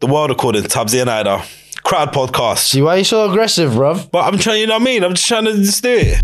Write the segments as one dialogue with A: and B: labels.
A: The world according to Tabsy and Ida. Crowd podcast.
B: See why you so aggressive, bruv?
A: But I'm trying, you know what I mean? I'm just trying to just do it.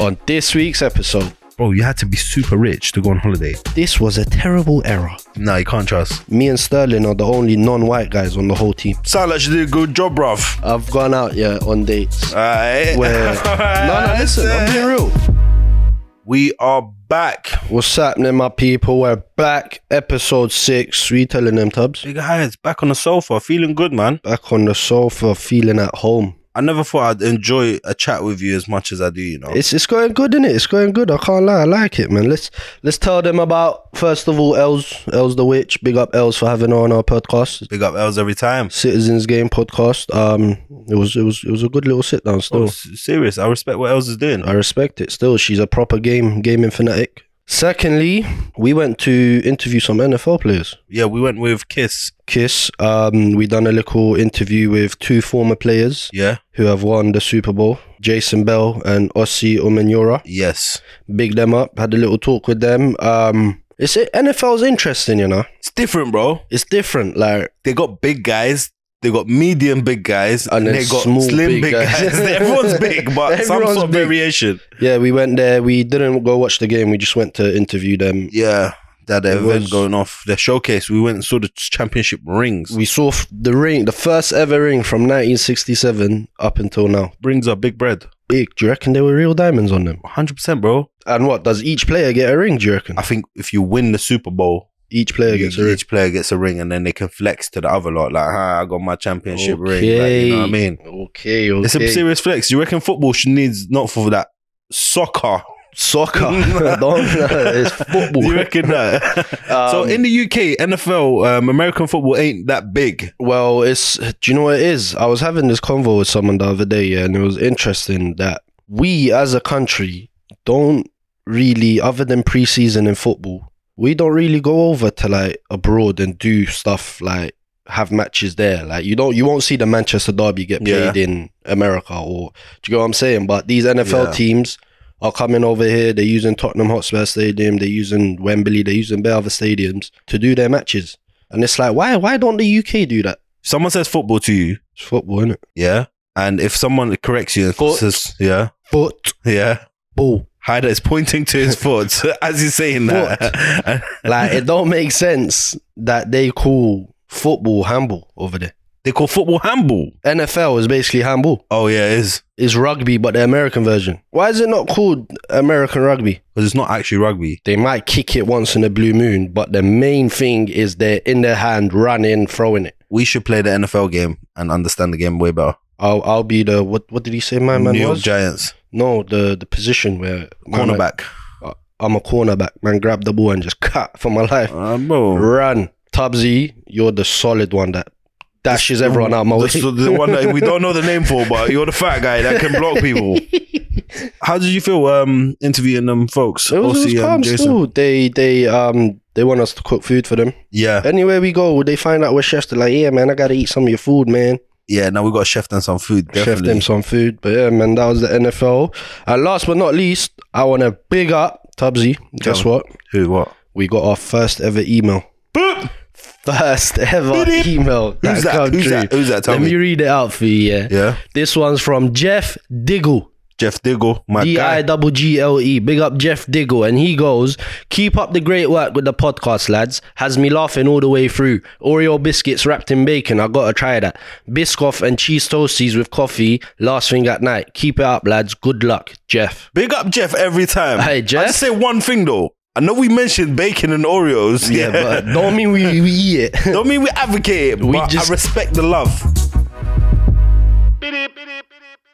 B: On this week's episode,
C: Bro, you had to be super rich to go on holiday.
B: this was a terrible error.
C: No, you can't trust.
B: Me and Sterling are the only non-white guys on the whole team.
A: Sound like you did a good job, bruv.
B: I've gone out, yeah, on dates.
A: Alright.
B: Where no, no, listen, I'm being real.
A: We are back.
B: What's happening, my people? We're back, episode six. We telling them tubs
A: Big highs, back on the sofa, feeling good, man.
B: back on the sofa, feeling at home.
A: I never thought I'd enjoy a chat with you as much as I do, you know.
B: It's it's going good, innit? It's going good. I can't lie, I like it, man. Let's let's tell them about first of all, Els, Els the witch. Big up Els for having her on our podcast.
A: Big up Els every time.
B: Citizens Game podcast. Um, it was it was it was a good little sit down. Still,
A: Oh, s- serious. I respect what Els is doing.
B: I respect it. Still, she's a proper game gaming fanatic. Secondly, we went to interview some NFL players.
A: Yeah, we went with Kiss.
B: Kiss. Um, we done a little interview with two former players
A: Yeah.
B: who have won the Super Bowl, Jason Bell and Ossie Omenora.
A: Yes.
B: Big them up. Had a little talk with them. Um, it's NFL's interesting, you know.
A: It's different, bro.
B: It's different. Like
A: They got big guys. They got medium big guys
B: And
A: and,
B: then
A: they got
B: small
A: slim
B: big
A: big,
B: guys.
A: guys. Everyone's big, but some
B: Everyone's
A: sort of
B: big.
A: variation.
B: yeah, we went there. We didn't go watch the game. We just went to interview them.
A: Yeah, that
B: It
A: event
B: was-
A: going off. The showcase. We went and saw the championship rings.
B: We saw f- the ring, the first ever ring from 1967 up until now.
A: Rings are big bread.
B: Big. Do you reckon there were real diamonds on them?
A: 100%, bro.
B: And what does each player get a ring? Do you reckon
A: I think if you win the Super Bowl,
B: each player
A: You-
B: gets a ring?
A: Each player gets a ring, and then they can flex to the other lot. Like, ah, I got my championship ring. Like, you know what I mean?
B: Okay, okay.
A: It's a serious flex. You reckon football should needs not for that soccer?
B: soccer. Don't- it's football.
A: You reckon that? so
B: Um,
A: in the UK, NFL, um, American football ain't that big.
B: Well, it's do you know what it is? I was having this convo with someone the other day, yeah, and it was interesting that we as a country don't really, other than preseason in football, we don't really go over to like abroad and do stuff like have matches there. Like you don't, you won't see the Manchester Derby get
A: Yeah.
B: played in America, or do you know what I'm saying? But these NFL
A: Yeah.
B: teams are coming over here. They're using Tottenham Hotspur Stadium. They're using Wembley. They're using bare other stadiums to do their matches. And it's like, why? Why don't the UK do that?
A: Someone says football to you,
B: It's football, isn't it?
A: yeah, and if someone corrects you and
B: Foot.
A: says, yeah,
B: Football.
A: yeah, Hyder is pointing to his foot as he's saying that.
B: Like it don't make sense that they call football handball over there.
A: they call football handball.
B: NFL is basically handball.
A: Oh yeah, it is
B: It's rugby, but the American version. Why is it not called American rugby?
A: because it's not actually rugby.
B: They might kick it once in a blue moon, but the main thing is they're in their hand, running, throwing it.
A: we should play the NFL game and understand the game way better.
B: I'll, I'll be the what? What did he say? My man
A: New York
B: was
A: Giants
B: no the the position where my man-
A: cornerback.
B: I'm a cornerback. Man, grab the ball and just cut for my life.
A: Uh, bro.
B: Run, Tubbsy, you're the solid one that dashes everyone out my way.
A: That's the, the one that we don't know the name for, but you're the fat guy that can block people. How did you feel um, interviewing them folks?
B: It was,
A: Ossie
B: it was
A: and
B: calm
A: Jason?
B: still. They they um they want us to cook food for them.
A: Yeah,
B: Anywhere we go, they find out we're chefs. They're like, yeah, man, I gotta eat some of your food, man.
A: yeah. Now we got a chef and some food.
B: Chef
A: Definitely.
B: them some food. But yeah, man, that was the NFL. And last but not least, I wanna big up Tubbsy. Guess what?
A: Who? What?
B: We got our first ever email.
A: Boop!
B: First ever
A: Beep.
B: email.
A: Who's that? Who's
B: come
A: that?
B: true.
A: Who's that? Tell
B: Let me
A: me.
B: read it out for you. Yeah.
A: Yeah,
B: This one's from Jeff Diggle.
A: Jeff Diggle, my
B: D I
A: guy.
B: double G L E. Big up Jeff Diggle. And he goes, Keep up the great work with the podcast, lads. Has me laughing all the way through. Oreo biscuits wrapped in bacon. I gotta try that. Biscoff and cheese toasties with coffee. Last thing at night. Keep it up, lads. Good luck, Jeff.
A: Big up Jeff every time.
B: Hey,
A: I
B: Jeff.
A: just say one thing though. I know we mentioned bacon and Oreos.
B: Yeah, but don't mean we, we eat it.
A: Don't mean we advocate it,
B: We
A: but
B: just-
A: I respect the love.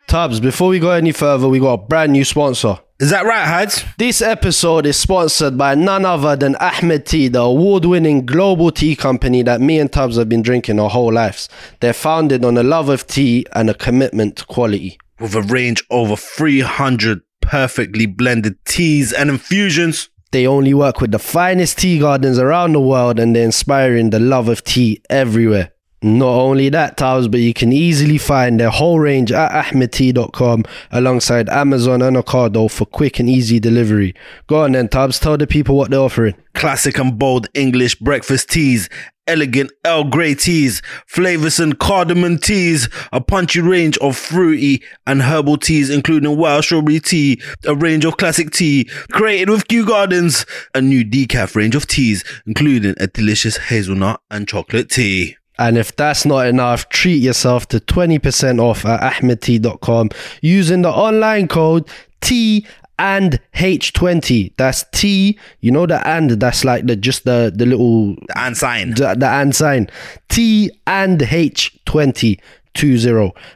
B: Tubbs, before we go any further, we got a brand new sponsor.
A: Is that right, Hads?
B: This episode is sponsored by none other than Ahmed Tea, the award winning global tea company that me and Tubbs have been drinking our whole lives. They're founded on a love of tea and a commitment to quality.
A: With a range over 300 perfectly blended teas and infusions.
B: They only work with the finest tea gardens around the world and they're inspiring the love of tea everywhere. Not only that, Towers, but you can easily find their whole range at ahmedtea.com alongside Amazon and Ocado for quick and easy delivery. Go on then, Towers, tell the people what they're offering.
C: Classic and bold English breakfast teas, elegant Earl Grey teas, flavors and cardamom teas, a punchy range of fruity and herbal teas, including wild strawberry tea, a range of classic tea created with Kew Gardens, a new decaf range of teas, including a delicious hazelnut and chocolate tea.
B: And if that's not enough, treat yourself to 20% off at ahmedtea.com using the online code T and H20. That's T, you know the and, that's like the just the, the little
C: And sign.
B: the, the and sign T and H 20 20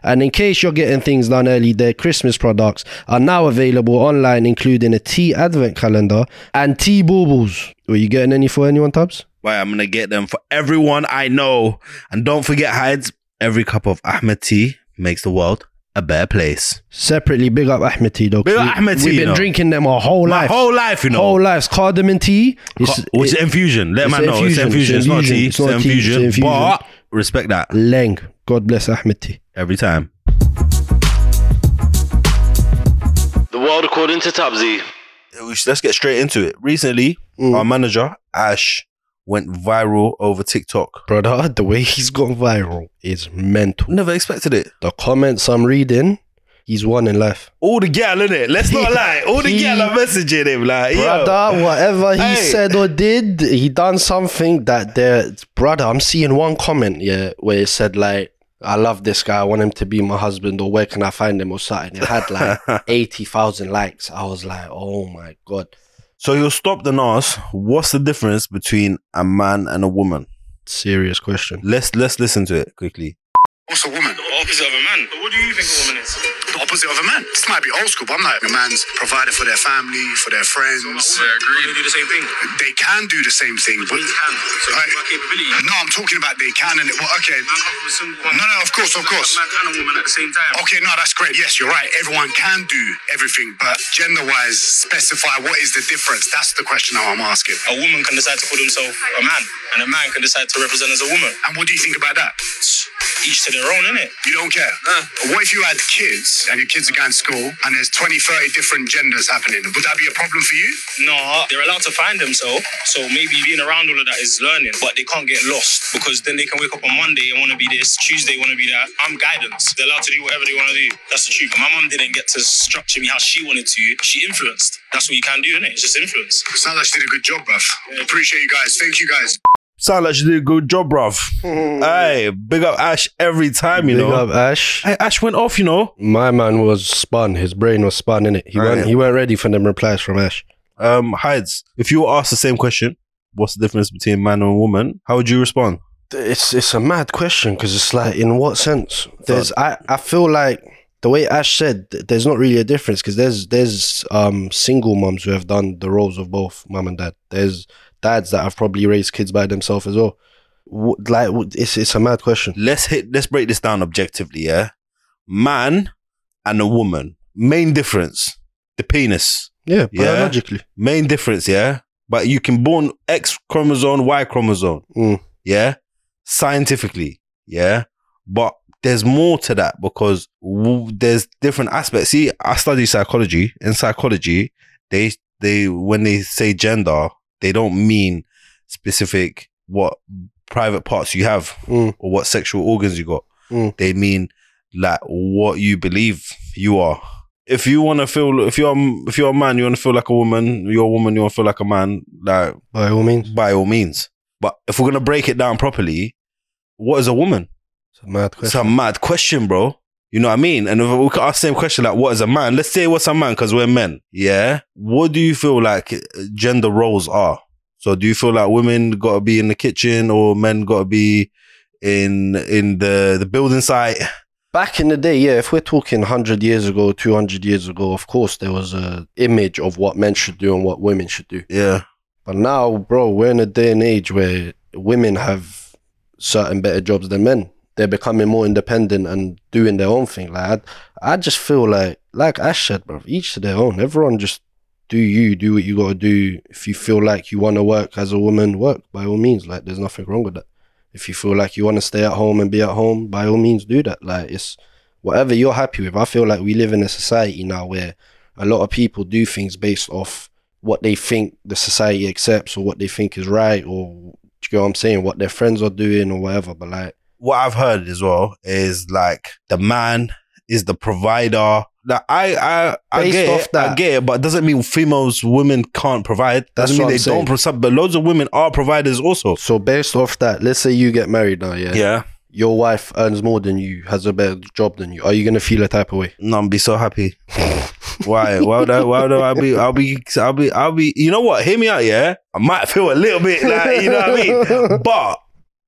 B: and in case you're getting things done early their christmas products are now available online including a tea advent calendar and tea baubles were you getting any for anyone tubs
C: Right, I'm gonna get them for everyone I know. And don't forget, Hides, every cup of Ahmed tea makes the world a better place.
B: separately big up ahmed tea though 'cause
C: Big up
B: we-
C: Ahmed tea,
B: we've
C: you
B: been
C: know.
B: drinking them our whole
C: My
B: life
C: whole life, you know.
B: whole lives cardamom tea it's,
C: Co- which is
B: it-
C: infusion. Let
B: it's
C: man
B: an
C: know
B: infusion,
C: it's infusion.
B: it's
C: It's, not
B: infusion,
C: tea. It's,
B: it's not
C: an
B: tea, it's
C: infusion.
B: infusion.
C: But respect that
B: leng god bless ahmed tea
C: every time.
D: The world according to Tubbsy.
A: we should- let's get straight into it. Recently, our manager Ash went viral over TikTok.
B: brother the way he's gone viral is mental
A: Never expected it.
B: the comments i'm reading he's one in life
A: All the gal in it. Let's not lie. All the
B: He-
A: gal are messaging him like, yo.
B: Brother, whatever he
A: Hey.
B: said or did, he done something that there. Brother, I'm seeing one comment, yeah, where it said like, "I love this guy. I want him to be my husband." Or where can I find him? Or something. It had like eighty thousand likes. I was like, "Oh my god!"
A: So he was stopped and asked, "What's the difference between a man and a woman?"
B: Serious question.
A: Let's let's listen to it quickly.
E: What's a woman?
F: The opposite of a man. But what do you think a woman is?
E: The opposite of a man. This might be old school, but I'm like, a man's provided for their family, for their friends.
F: agreed. You uh, do the same thing.
E: They can do the same thing, but.
F: We can. So it's
E: Right.
F: about capability.
E: No, I'm talking about they can and it. Well, okay.
F: I'm happy with single one.
E: No, no, of course, of course.
F: A man and a woman at the same time.
E: Okay, no, that's great. Yes, you're right. Everyone can do everything, but gender wise, specify what is the difference. That's the question I'm asking.
F: A woman can decide to call himself a man, and a man can decide to represent as a woman.
E: And what do you think about that?
F: Each to their own, innit?
E: You don't care. But What if you had kids and your kids are going to school and there's 20, 30 different genders happening? Would that be a problem for you?
F: No, they're allowed to find themselves, so maybe being around all of that is learning, but they can't get lost because then they can wake up on Monday and want to be this, Tuesday want to be that. I'm guidance. They're allowed to do whatever they want to do. That's the truth. My mum didn't get to structure me how she wanted to. She influenced. That's what you can do, innit? It's just influence.
E: Sounds like you did a good job, bruv. Appreciate you guys. Thank you guys.
A: Sound like she did a good job, bruv. Hey, big up Ash every time, you
B: Big
A: know.
B: up, Ash.
A: Hey, Ash went off, you know.
B: My man was spun. His brain was spun in it. He
A: Right.
B: weren't. He weren't ready for them replies from Ash.
A: Um, Hides, if you were asked the same question, what's the difference between a man and a woman? How would you respond?
B: It's it's a mad question because it's like in what sense? There's I, I feel like the way Ash said th- there's not really a difference because there's there's um single moms who have done the roles of both mum and dad. There's dads that have probably raised kids by themselves as well. Wh- Like wh- it's it's a mad question.
A: let's hit let's break this down objectively yeah man and a woman main difference the penis
B: Yeah,
A: Yeah.
B: biologically.
A: main difference yeah but you can born x chromosome y chromosome
B: Mm.
A: yeah scientifically yeah but there's more to that because w- there's different aspects see i study psychology in psychology they they when they say gender they don't mean specific what private parts you have
B: Mm.
A: or what sexual organs you got.
B: Mm.
A: They mean like what you believe you are. If you want to feel, if you're a- if you're a man, you want to feel like a woman. You're a woman, you want to feel like a man. Like
B: By all means,
A: by all means. But if we're gonna break it down properly, what is a woman?
B: it's a mad
A: It's
B: question.
A: a mad question, bro. You know what I mean? And if we could ask the same question like, what is a man? Let's say what's a man because we're men. Yeah. What do you feel like gender roles are? So do you feel like women got to be in the kitchen or men got to be in in the the building site?
B: Back in the day, yeah, if we're talking 100 years ago, 200 years ago, of course there was a image of what men should do and what women should do.
A: Yeah.
B: But now, bro, we're in a day and age where women have certain better jobs than men. They're becoming more independent and doing their own thing. Like I, I just feel like, like Ash said, bro, each to their own. Everyone just do you, do what you gotta do. If you feel like you wanna work as a woman, work by all means. Like there's nothing wrong with that. If you feel like you want to stay at home and be at home, by all means do that. Like it's whatever you're happy with. I feel like we live in a society now where a lot of people do things based off what they think the society accepts or what they think is right or do you know what I'm saying, what their friends are doing or whatever. But like
A: what I've heard as well is like the man is the provider. Like I I I
B: Based
A: get
B: off
A: it, I
B: that.
A: get it, but it doesn't mean females women can't provide.
B: That's
A: Doesn't mean
B: what
A: they
B: I'm saying.
A: don't provide. But loads of women are providers also.
B: so based off that, let's say you get married now, yeah. Your wife earns more than you, has a better job than you. Are you gonna feel a type of way?
A: No, I'm be so happy. why? Why would I? Why would I be? I'll be. I'll be. I'll be. You know what? Hear me out. Yeah, I might feel a little bit like you know what I mean. But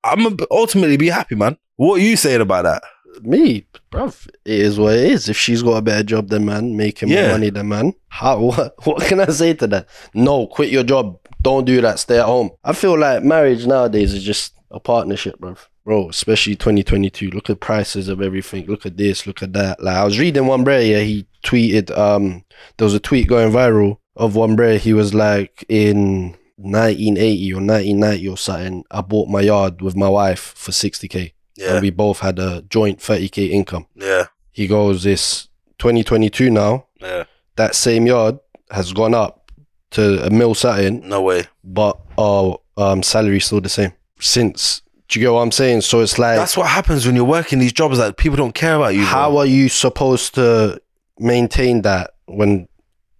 A: I'm gonna ultimately be happy, man. What are you saying about that?
B: me, bruv, it is what it is. If she's got a better job than man, making
A: Yeah.
B: more money than man, how what, what can I say to that? No, quit your job. Don't do that. Stay at home. I feel like marriage nowadays is just a partnership, bruv. Bro, especially 2022. Look at prices of everything. Look at this. Look at that. Like I was reading one bro, yeah, he tweeted. Um, there was a tweet going viral of one bro. He was like in 1980 or 1990 or something. I bought my yard with my wife for 60k
A: Yeah.
B: and we both had a joint 30k income.
A: Yeah.
B: He goes, This 2022 now,
A: Yeah.
B: that same yard has gone up to a mil satin,
A: No way.
B: but our um, salary still the same since. Do you get what I'm saying? So it's like,
A: That's what happens when you're working these jobs that people don't care about you.
B: how uh,
A: bro.
B: are you supposed to maintain that when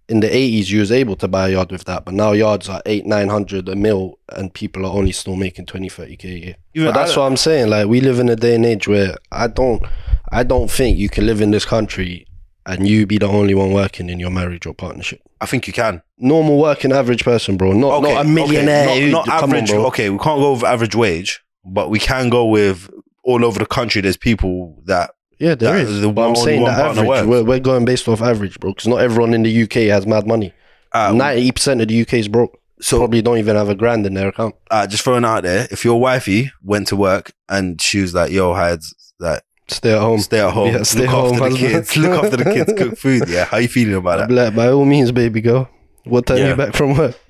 B: in the 80s you was able to buy a yard with that, but now yards are eight, 900 a mil and people are only still making 20, 30k a year.
A: Even
B: but that's
A: I-
B: what I'm saying. Like we live in a day and age where I don't, I don't think you can live in this country and you be the only one working in your marriage or partnership.
A: I think you can.
B: Normal working average person, bro. Not
A: Okay,
B: not a
A: okay,
B: millionaire. who-
A: Not, not
B: come on,
A: average.
B: bro.
A: okay, we can't go with average wage, but we can go with all over the country. There's people that
B: Yeah, there
A: That
B: is.
A: is the
B: but I'm
A: only
B: saying
A: one
B: that
A: partner
B: average.
A: works.
B: We're, we're going based off average, bro. Because not everyone in the UK has mad money.
A: uh,
B: Ninety percent of the UK is broke.
A: so
B: Probably don't even have a grand in their account.
A: uh, just throwing it out there, if your wifey went to work and she was like, "Yo, hides that
B: Stay at home.
A: stay at home,
B: Yeah, stay
A: look
B: at home,
A: after the
B: husband."
A: kids, look after the kids, cook food." Yeah, how you feeling
B: I'd
A: about
B: be like, by all means, baby girl. What time
A: Yeah.
B: you back from work?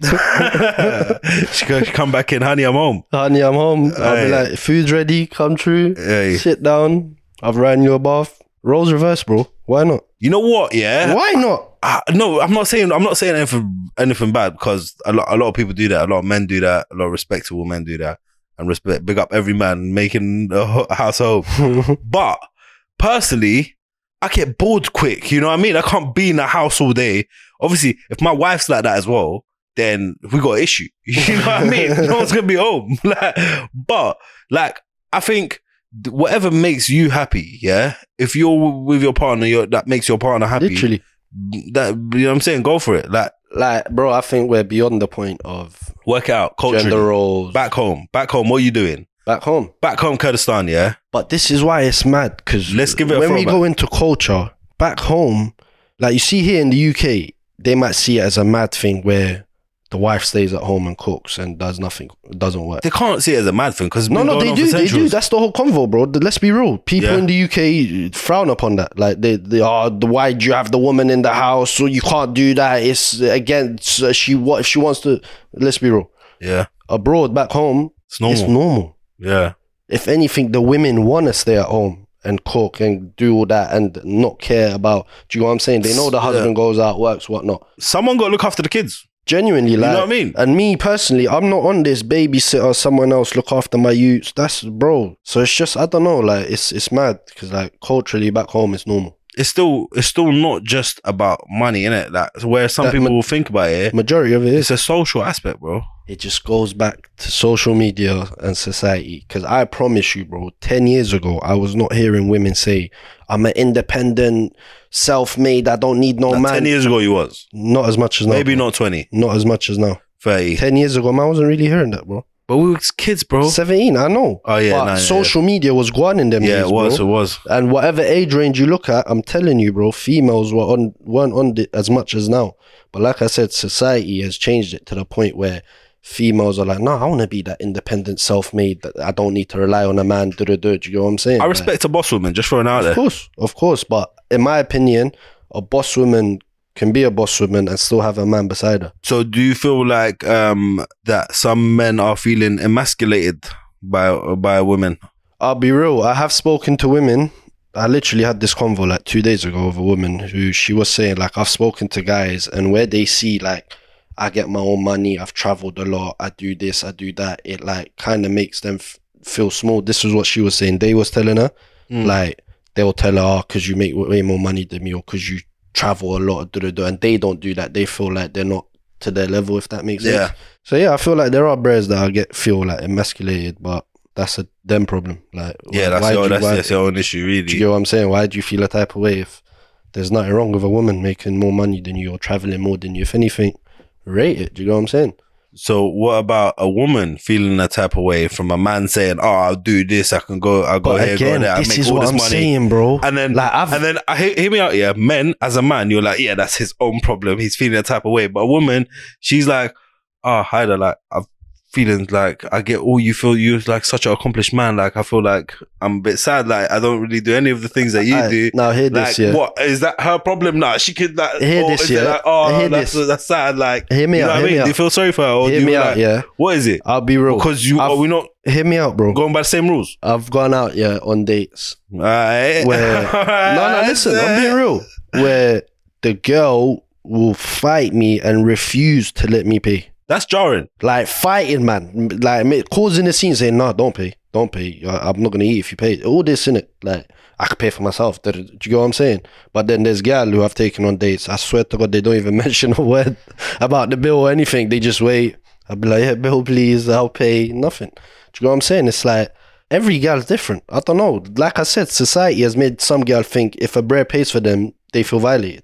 A: that? she goes, "Come back in, honey. I'm home."
B: Honey, I'm home. I'll
A: Aye.
B: be like, food's ready. Come through.
A: Hey,
B: Sit down. I've ran you a bath. Roles reverse, bro. Why not?
A: you know what? Yeah,
B: Why not?
A: I, no, I'm not saying I'm not saying anything anything bad because a lot a lot of people do that. A lot of men do that. A lot of respectable men do that. And respect, big up every man making a ho- house a home. But personally, I get bored quick. You know what I mean? I can't be in the house all day. Obviously, if my wife's like that as well, then we got an issue. You know what I mean? No one's gonna be home. like, but like, I think th- whatever makes you happy, yeah. If you're w- with your partner, you're, that makes your partner happy.
B: Literally.
A: That you know what I'm saying? Go for it. Like,
B: Like, bro, I think we're beyond the point of
A: work out
B: gender
A: culture.
B: roles.
A: Back home, back home. What are you doing?
B: back home.
A: Back home, Kurdistan. Yeah,
B: But this is why it's mad because
A: Let's give it a
B: when we
A: throwback.
B: go into culture back home, like you see here in the UK, they might see it as a mad thing where the wife stays at home and cooks and does nothing, doesn't work.
A: they can't see it as a mad thing because
B: No, no, they do, they do. That's the whole convo, bro. Th- Let's be real. People
A: Yeah.
B: in the UK frown upon that. Like they, they are. Why do you have the woman in the house? So you can't do that. It's against uh, she. What if she wants to? Let's be real.
A: Yeah,
B: Abroad, back home,
A: it's normal.
B: it's normal.
A: yeah.
B: If anything, the women want to stay at home and cook and do all that and not care about. Do you know what I'm saying? They know the
A: Yeah.
B: husband goes out, works, whatnot.
A: someone got to look after the kids.
B: Genuinely, like,
A: know what I mean?
B: And me personally, I'm not on this babysitter. Someone else look after my youths. That's bro. So it's just I don't know. Like it's it's mad because like culturally back home it's normal.
A: It's still it's still not just about money, innit? That's where some
B: That
A: people
B: ma-
A: will think about it.
B: Majority of it is.
A: It's a social aspect, bro.
B: It just goes back to social media and society. Because I promise you, bro, 10 years ago, I was not hearing women say, I'm an independent, self made, I don't need no
A: Like,
B: Oh, man.
A: Ten years ago, you was
B: not as much as now.
A: maybe
B: bro.
A: not 20,
B: Not as much as now.
A: 30.
B: 10 years ago, man, I wasn't really hearing that, bro.
A: but we were kids, bro.
B: 17, I know.
A: Oh, yeah,
B: But
A: nah, yeah,
B: social media was gone in them
A: yeah,
B: years.
A: it was,
B: bro.
A: it was.
B: And whatever age range you look at, I'm telling you, bro, females were on weren't on it as much as now. But like I said, society has changed it to the point where females are like, no, I want to be that independent, self-made. That I don't need to rely on a man. Do do do. Do you know what I'm saying?
A: I
B: Like,
A: respect a boss woman. Just throwing it out
B: of
A: there.
B: course, of course. But in my opinion, a boss woman can be a boss woman and still have a man beside her.
A: So, do you feel like um that some men are feeling emasculated by by women?
B: I'll be real. I have spoken to women. I literally had this convo like two days ago with a woman who she was saying like I've spoken to guys and where they see like I get my own money. I've traveled a lot. I do this. I do that. It like kind of makes them f- feel small. This is what she was saying. They was telling her like they'll tell her oh, because you make way more money than me or because you travel a lot. duh, duh, duh," And they don't do that. They feel like they're not to their level. If that makes
A: Yeah.
B: sense. So yeah, I feel like there are bros that I get feel like emasculated, but that's a them problem. Like
A: Yeah, that's
B: why
A: your
B: do-
A: that's,
B: why-
A: that's your own issue,
B: do you
A: really.
B: get what I'm saying? Why do you feel a type of way if there's nothing wrong with a woman making more money than you or traveling more than you? If anything, rate it. Do you know what I'm saying?
A: So what about a woman feeling that type of way from a man saying, "Oh, I'll do this. I can go. I'll go
B: But
A: here,
B: again,
A: go there. I
B: this
A: make
B: is
A: all
B: what
A: this
B: I'm
A: money."
B: saying, bro.
A: And then,
B: like, I've,
A: and then, uh, hear, hear me out. Yeah, men as a man, you're like, yeah, that's his own problem. He's feeling that type of way. But a woman, she's like, oh, Haida, like, I'm feeling like I get all you feel. You're like such an accomplished man. Like, I feel like I'm a bit sad. Like, I don't really do any of the things that you
B: I-
A: do.
B: now hear
A: Like,
B: this, yeah.
A: what is that her problem? Like, she could like,
B: Hear
A: or
B: this,
A: is it
B: yeah.
A: like, oh,
B: Hear
A: that's,
B: this.
A: that's sad. Like,
B: Hear me
A: you know what
B: out,
A: I
B: hear
A: mean?
B: me
A: Do you
B: out.
A: feel sorry for her? Or
B: Hear
A: do you
B: me
A: like,
B: out, yeah.
A: What is it?
B: I'll be real.
A: Because you
B: I've-
A: are we not
B: hear me out, bro.
A: going by the same rules?
B: I've gone out, yeah, on dates
A: Alright.
B: where no, no, listen, I'm being real. Where the girl will fight me and refuse to let me pay.
A: That's jarring.
B: like fighting man like ma- causing the scene saying no don't pay don't pay I- i'm not gonna eat if you pay all this in it like i could pay for myself do do you get what i'm saying but then there's gal who i've taken on dates i swear to god they don't even mention a word about the bill or anything they just wait i'll be like yeah bill please i'll pay nothing do you get what i'm saying it's like every girl's different i don't know like i said society has made some girl think if a brer pays for them they feel violated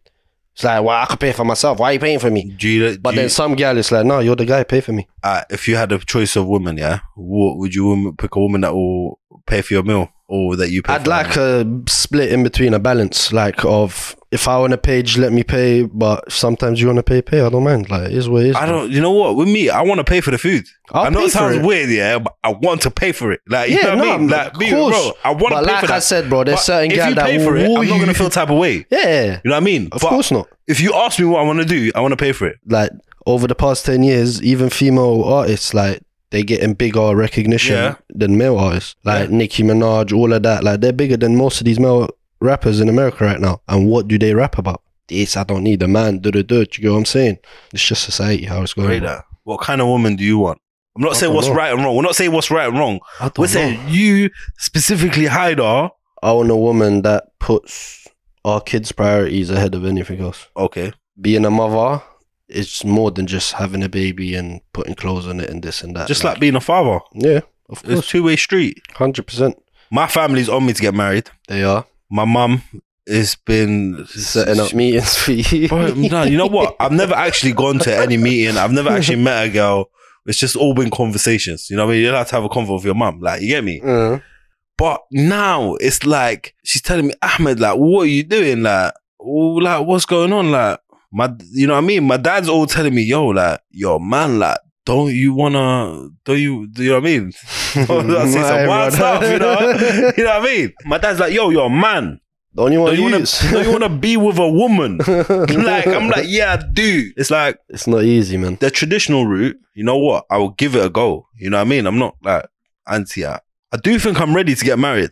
B: it's like well i could pay for myself why are you paying for me
A: Do you,
B: but
A: do you-
B: then some gal is like no you're the guy pay for me
A: uh, if you had a choice of woman, yeah, what would you woman, pick a woman that will pay for your meal or that you pay?
B: I'd
A: for
B: like a split in between, a balance, like of if I want to pay, just let me pay. But sometimes you want to pay, pay. I don't mind. Like it is what it is.
A: I
B: bro.
A: don't. You know what? With me, I want to pay for the food.
B: I'll
A: I know
B: pay
A: it sounds
B: for it.
A: weird, yeah, but I want to pay for it. Like, you
B: Yeah,
A: know what
B: no,
A: I mean?
B: I'm-
A: Like,
B: of
A: me,
B: course.
A: bro, I want to
B: But
A: pay
B: like
A: for that.
B: I said, bro, there's
A: But
B: certain
A: if
B: gal
A: you
B: that
A: pay
B: will
A: for it,
B: woo
A: I'm not
B: you.
A: gonna feel type of way.
B: Yeah,
A: You know what I mean?
B: of
A: But
B: course not.
A: If you ask me what I want to do, I want to pay for it.
B: Like over the past ten years, even female artists like they getting bigger recognition
A: Yeah.
B: than male artists, like Nicki Minaj, all of that. Like they're bigger than most of these male rappers in America right now. And what do they rap about? This I don't need a man. Do do do. Do you get what I'm saying? It's just society how it's going. bro.
A: Radar, what kind of woman do you want? I'm not
B: I
A: saying
B: don't
A: what's
B: know.
A: right and wrong. We're not saying what's right and wrong.
B: I don't
A: We're
B: know.
A: saying you specifically, Haidar.
B: I want a woman that puts our kids' priorities ahead of anything else.
A: Okay,
B: Being a mother is more than just having a baby and putting clothes on it and this and that.
A: just like being a father,
B: yeah, of
A: it's
B: course,
A: two way street.
B: hundred percent.
A: My family's on me to get married.
B: They are
A: my mum has been
B: setting up meetings for you.
A: Bro, Oh, no, you know what? I've never actually gone to any meeting. I've never actually met a girl. It's just all been conversations. You know what I mean? You're allowed to have a convo with your mum. Like, you get me?
B: Uh,
A: But now it's like she's telling me, Ahmed, like, what are you doing? Like, oh, like, what's going on? Like, my, you know what I mean? My dad's all telling me, yo, like, yo, man, like, don't you wanna? Don't you? Do you know what I mean? Oh, That's it's
B: My
A: some wild
B: brother.
A: stuff, you know. you know what I mean? My dad's like, yo, you're a man.
B: Don't you
A: Don't
B: want to
A: you, wanna,
B: use?
A: don't you wanna be with a woman? like, I'm like, yeah, I do. It's like
B: it's not easy, man.
A: the traditional route, you know what? I will give it a go. You know what I mean? I'm not like anti that. I do think I'm ready to get married,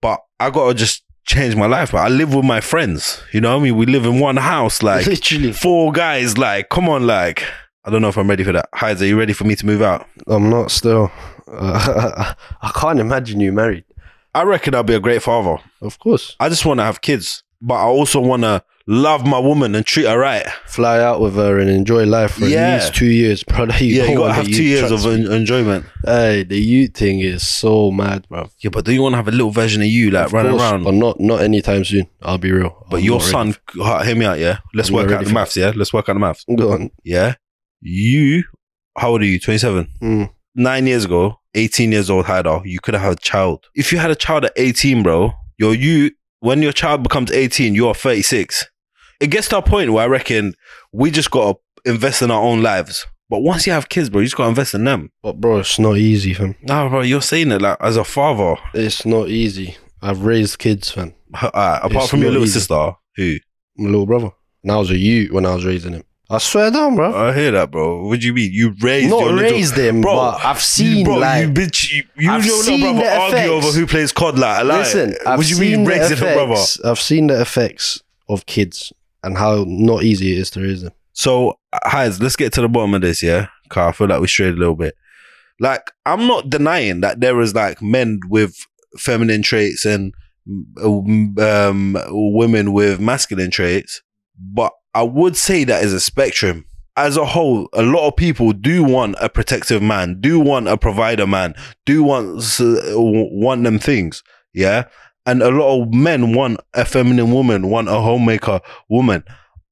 A: but I gotta just change my life. But I live with my friends. You know what I mean? We live in one house, like
B: Literally,
A: four guys, like, come on, like. I don't know if I'm ready for that. Hides, are you ready for me to move out?
B: I'm not still. Uh, I can't imagine you married.
A: I reckon I'll be a great father.
B: Of course,
A: I just wanna have kids, but I also wanna love my woman and treat her right.
B: fly out with her and enjoy life for
A: Yeah.
B: at least two years, brother. You
A: yeah,
B: don't
A: you gotta
B: wanna
A: have
B: use
A: two years
B: trust
A: of
B: me.
A: en- enjoyment.
B: Hey, the youth thing is so mad, bro.
A: Yeah, but do you want to have a little version of you like
B: Of
A: running
B: course,
A: around?
B: but
A: But,
B: not not anytime soon. I'll be real. I'm
A: your
B: not ready
A: son, uh, hear me out, yeah. Let's
B: I'm not
A: work out
B: ready
A: the
B: for
A: maths, yeah. Let's work out the maths,
B: for- Go on.
A: yeah. You, how old are you? Twenty seven.
B: Mm.
A: Nine years ago, eighteen years old, Haidar, you could have had a child. If you had a child at eighteen, bro, your you when your child becomes eighteen, you are thirty six. It gets to a point where I reckon we just gotta invest in our own lives. But once you have kids, bro, you just gotta invest in them.
B: But bro, it's not easy, fam.
A: Nah, bro, you're saying it like as a father.
B: It's not easy. I've raised kids, fam.
A: Uh, apart
B: It's
A: from your
B: not
A: little
B: easy.
A: sister, who
B: My little brother. And I was a youth when I was raising him. I swear down, bro.
A: I hear that, bro. What do you mean? You raised
B: Not
A: your little-
B: raised him,
A: Bro,
B: but I've seen
A: you, bro,
B: like.
A: you bitch. You, you and
B: I've
A: your
B: seen
A: little brother
B: the
A: argue
B: effects.
A: over who plays COD. Like, like
B: Listen, I've
A: what do you
B: seen
A: mean,
B: the
A: raised little brother?
B: effects. I've seen the effects of kids and how not easy it is to raise them.
A: So, Heinz, let's get to the bottom of this, yeah? Car, I feel like we strayed a little bit. Like, I'm not denying that there is like men with feminine traits and um, women with masculine traits, but I would say that is a spectrum. As a whole, a lot of people do want a protective man, do want a provider man, do want s- uh, want them things, yeah. And a lot of men want a feminine woman, want a homemaker woman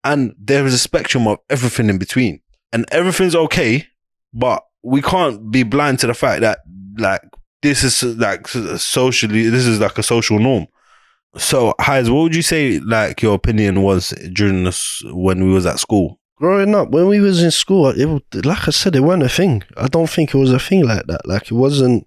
A: and there is a spectrum of everything in between and everything's okay but we can't be blind to the fact that like this is like socially this is like a social norm so Hais, what would you say like your opinion was during this when we was at school
B: Growing up, when we was in school, it wa- like I said, it wasn't a thing. I don't think it was a thing like that. Like it wasn't,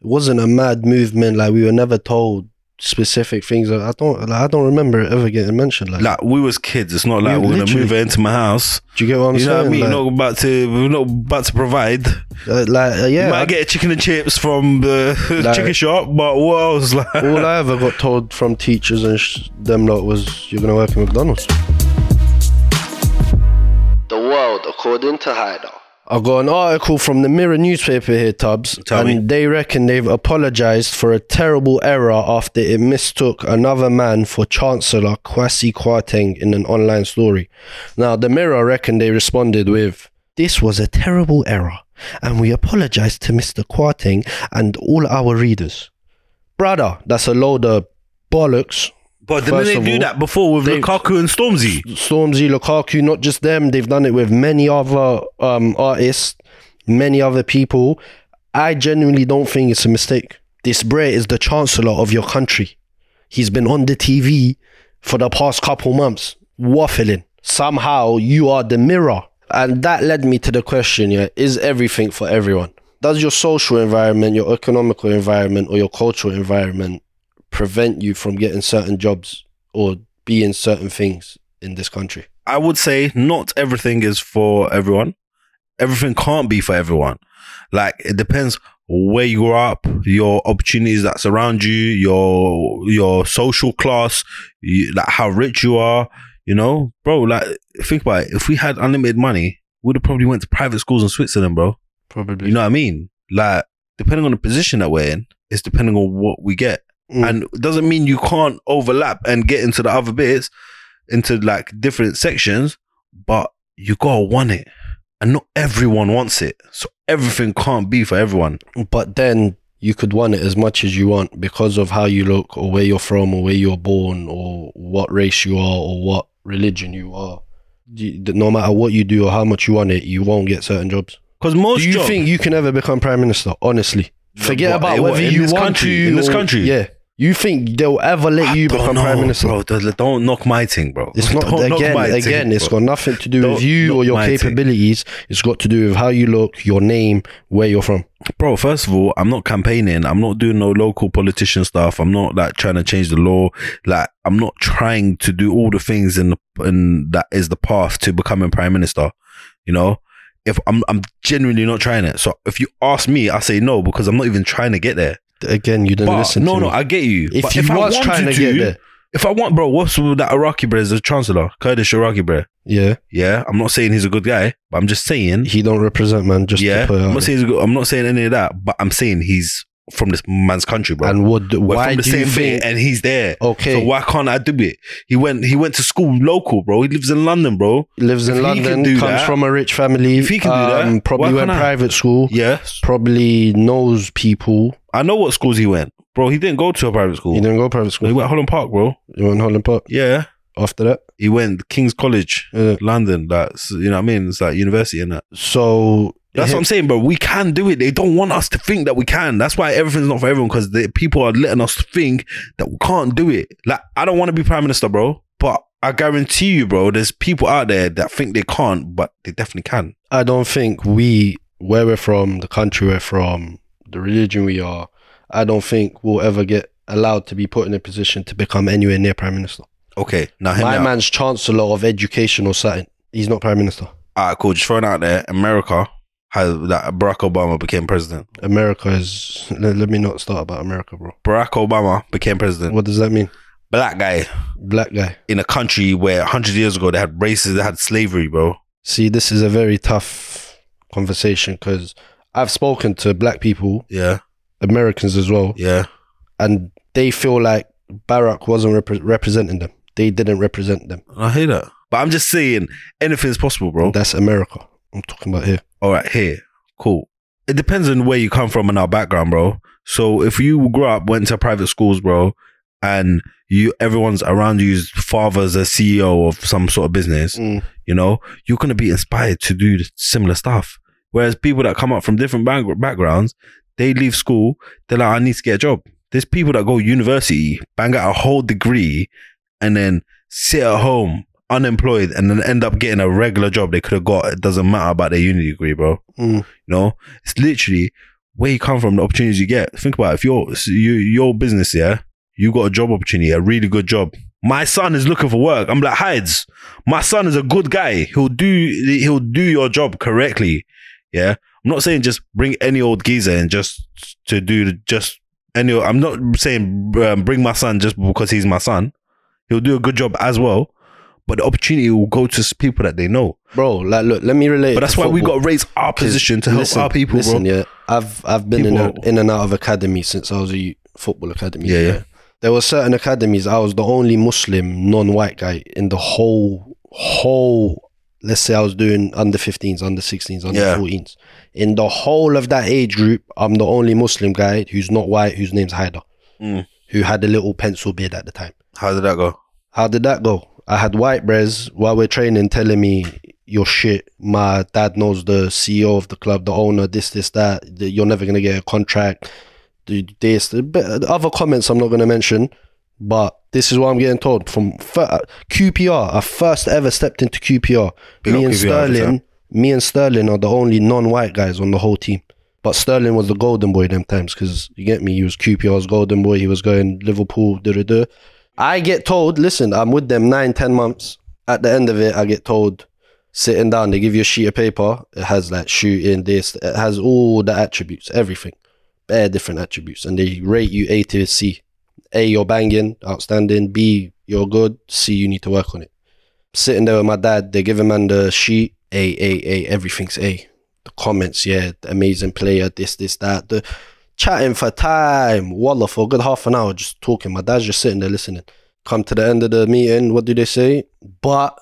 B: it wasn't a mad movement. Like we were never told specific things. I don't, like, I don't remember it ever getting mentioned. Like,
A: like we was kids it's not like we
B: We
A: are gonna
B: literally-
A: move her into my house
B: do you get what I'm
A: you know
B: saying?
A: what i mean
B: Like,
A: not about to we're not about to provide
B: uh, like, uh,
A: you
B: yeah.
A: might
B: I-
A: get chicken and chips from the
B: Like-
A: chicken shop but what else like
B: all I ever got told from teachers and sh- them lot was you're gonna work in McDonald's.
D: The world according to Haider.
B: I got an article from the Mirror newspaper here, Tubbs,
A: Tell
B: and
A: me.
B: they reckon they've apologized for a terrible error after it mistook another man for Chancellor Kwasi Kwarteng in an online story. Now, the Mirror reckon they responded with, "This was a terrible error, and we apologize to Mr. Kwarteng and all our readers." Brother, that's a load of bollocks.
A: but didn't
B: First
A: they
B: of
A: do
B: all,
A: that before with
B: they-
A: lukaku and stormzy
B: Stormzy, Lukaku, not just them. They've done it with many other um, artists, many other people. I genuinely don't think it's a mistake. This Bray is the chancellor of your country. He's been on the TV for the past couple months, waffling. Somehow you are the mirror. And that led me to the question yeah, is everything for everyone? Does your social environment, your economical environment, or your cultural environment prevent you from getting certain jobs or being certain things in this country?
A: I would say not everything is for everyone. Everything can't be for everyone. Like it depends where you grow up, your opportunities that surround you, your your social class, you, like how rich you are. You know, bro. Like think about it. If we had unlimited money, we'd have probably went to private schools in Switzerland, bro.
B: Probably.
A: You know what I mean? Like depending on the position that we're in, it's depending on what we get and it doesn't mean you can't overlap and get into the other bits into like different sections but you gotta want it and not everyone wants it so everything can't be for everyone
B: but then you could want it as much as you want because of how you look or where you're from or where you're born or what race you are or what religion you are. You- that no matter what you do or how much you want it, you won't get certain jobs.
A: because most
B: do you
A: jobs-
B: think you can ever become prime minister? Honestly, forget
A: what-
B: about
A: in
B: whether
A: what- in
B: you
A: this
B: want
A: country-
B: to.
A: in this
B: or-
A: country?
B: yeah. You think they'll ever let
A: I
B: you
A: don't
B: become
A: know,
B: prime minister?
A: bro don't, don't knock my thing bro
B: It's not
A: Don't knock
B: again.
A: my thing,
B: Again, it's
A: bro.
B: got nothing to do
A: Don't
B: with you or
A: knock
B: your
A: my thing.
B: capabilities. It's got to do with how you look, your name, where you're from.
A: bro first of all i'm not campaigning i'm not doing no local politician stuff i'm not like trying to change the law like i'm not trying to do all the things in the in that is the path to becoming prime minister you know if i'm i'm genuinely not trying it so if you ask me i say no because i'm not even trying to get there
B: Again, you didn't
A: but
B: listen.
A: no
B: to
A: no
B: me.
A: i get you
B: if
A: But
B: you
A: I
B: was
A: wanted
B: trying to, get there,
A: if i want bro what's with that iraqi bro is the chancellor kurdish iraqi bro
B: yeah,
A: yeah i'm not saying he's a good guy but i'm just saying
B: he don't represent man. Just
A: yeah
B: to put it
A: i'm
B: out
A: not saying he's good, i'm not saying any of that but i'm saying he's from this man's country
B: there.
A: bro
B: and what?
A: we're
B: Why
A: from the
B: do you
A: same thing,
B: think?
A: and he's there.
B: Okay,
A: So why can't I do it? He went. He went to school local, bro. He lives in London, bro.
B: lives
A: if
B: in
A: he can
B: London,
A: do
B: comes
A: that-
B: from a rich family.
A: if he can do that,
B: um, probably
A: why
B: went
A: can't I?
B: private school.
A: Yes,
B: Probably knows people.
A: I know what schools he went, bro. He didn't go to a private school.
B: He
A: He,
B: didn't go private school.
A: went Holland Park, bro.
B: He went Holland Park
A: Yeah,
B: after that. Uh,
A: he went King's College,
B: Yeah.
A: London. That's you know what I mean. It's like university and that.
B: So
A: That's what I'm saying, bro. We can do it. They don't want us to think that we can. That's why everything's not for everyone because the people are letting us think that we can't do it. Like, I don't want to be prime minister, bro. But I guarantee you, bro, there's people out there that think they can't, but they definitely can.
B: I don't think we, where we're from, the country we're from, the religion we are, I don't think we'll ever get allowed to be put in a position to become anywhere near prime minister.
A: Okay, now him
B: My
A: out.
B: man's chancellor of education or something. He's not prime minister.
A: All right, cool. Just throwing out there, America has that Barack Obama became president.
B: America is. Let, let me not start about America, bro.
A: Barack Obama became president.
B: What does that mean?
A: Black guy
B: Black guy.
A: in a country where 100 years ago they had races, they had slavery, bro.
B: See, this is a very tough conversation because I've spoken to black people,
A: Yeah,
B: Americans as well,
A: yeah.
B: and they feel like Barack wasn't repre- representing them. They didn't represent them.
A: I hear that. But I'm just saying, anything's possible, bro.
B: That's America. I'm talking about here.
A: all right, here, cool. It depends on where you come from and our background, bro. So if you grew up, went to private schools, bro, and you everyone's around you's father's a CEO of some sort of business,
B: Mm.
A: you know, you're gonna be inspired to do similar stuff. Whereas people that come up from different back- backgrounds, they leave school, they're like, I need to get a job. There's people that go university, bang out a whole degree, and then sit at home unemployed and then end up getting a regular job they could have got. It doesn't matter about their uni degree, bro.
B: Mm.
A: You know, it's literally where you come from, the opportunities you get. Think about it. if your you, your business, yeah, you got a job opportunity, a really good job. My son is looking for work. I'm like hides. My son is a good guy. He'll do he'll do your job correctly. Yeah, I'm not saying just bring any old geezer and just to do just any. I'm not saying um, bring my son just because he's my son. He'll do a good job as well, but the opportunity will go to s- people that they know.
B: Bro, like, look, let me relate.
A: But that's
B: to
A: why we
B: football.
A: got to raise our position to help
B: Listen,
A: our people,
B: listen,
A: bro.
B: yeah, I've I've been in,
A: People-
B: and- in and out of academy since I was a youth- football academy.
A: Yeah, yeah.
B: There were certain academies. I was the only Muslim, non-white guy in the whole whole. Let's say I was doing under 15s, under 16s, under
A: Yeah.
B: 14s. In the whole of that age group, I'm the only Muslim guy who's not white, whose name's Haider,
A: Mm.
B: who had a little pencil beard at the time.
A: How did that go?
B: How did that go? I had white bres while we're training telling me your shit. My dad knows the CEO of the club, the owner, this, this, that. the- You're never going to get a contract. Do This, the but other comments I'm not going to mention, but this is what I'm getting told from fir- uh, QPR. I first ever stepped into QPR.
A: Big
B: me
A: up
B: and
A: QPR, that's
B: Sterling, me and Sterling are the only non-white guys on the whole team. But Sterling was the golden boy them times because you get me. He was QPR's golden boy. He was going Liverpool. Da da da. I get told, listen, I'm with them nine, ten months. At the end of it, I get told, sitting down, they give you a sheet of paper. It has like shooting, this, it has all the attributes, everything, bare different attributes, and they rate you A to C. A, you're banging, outstanding. B, you're good. C, you need to work on it. Sitting there with my dad, they give him man the sheet. A, A, A, everything's A. The comments, yeah, the amazing player, this, this, that. The chatting for time, wallah, for a good half an hour, just talking. My dad's just sitting there listening. Come to the end of the meeting, what do they say? But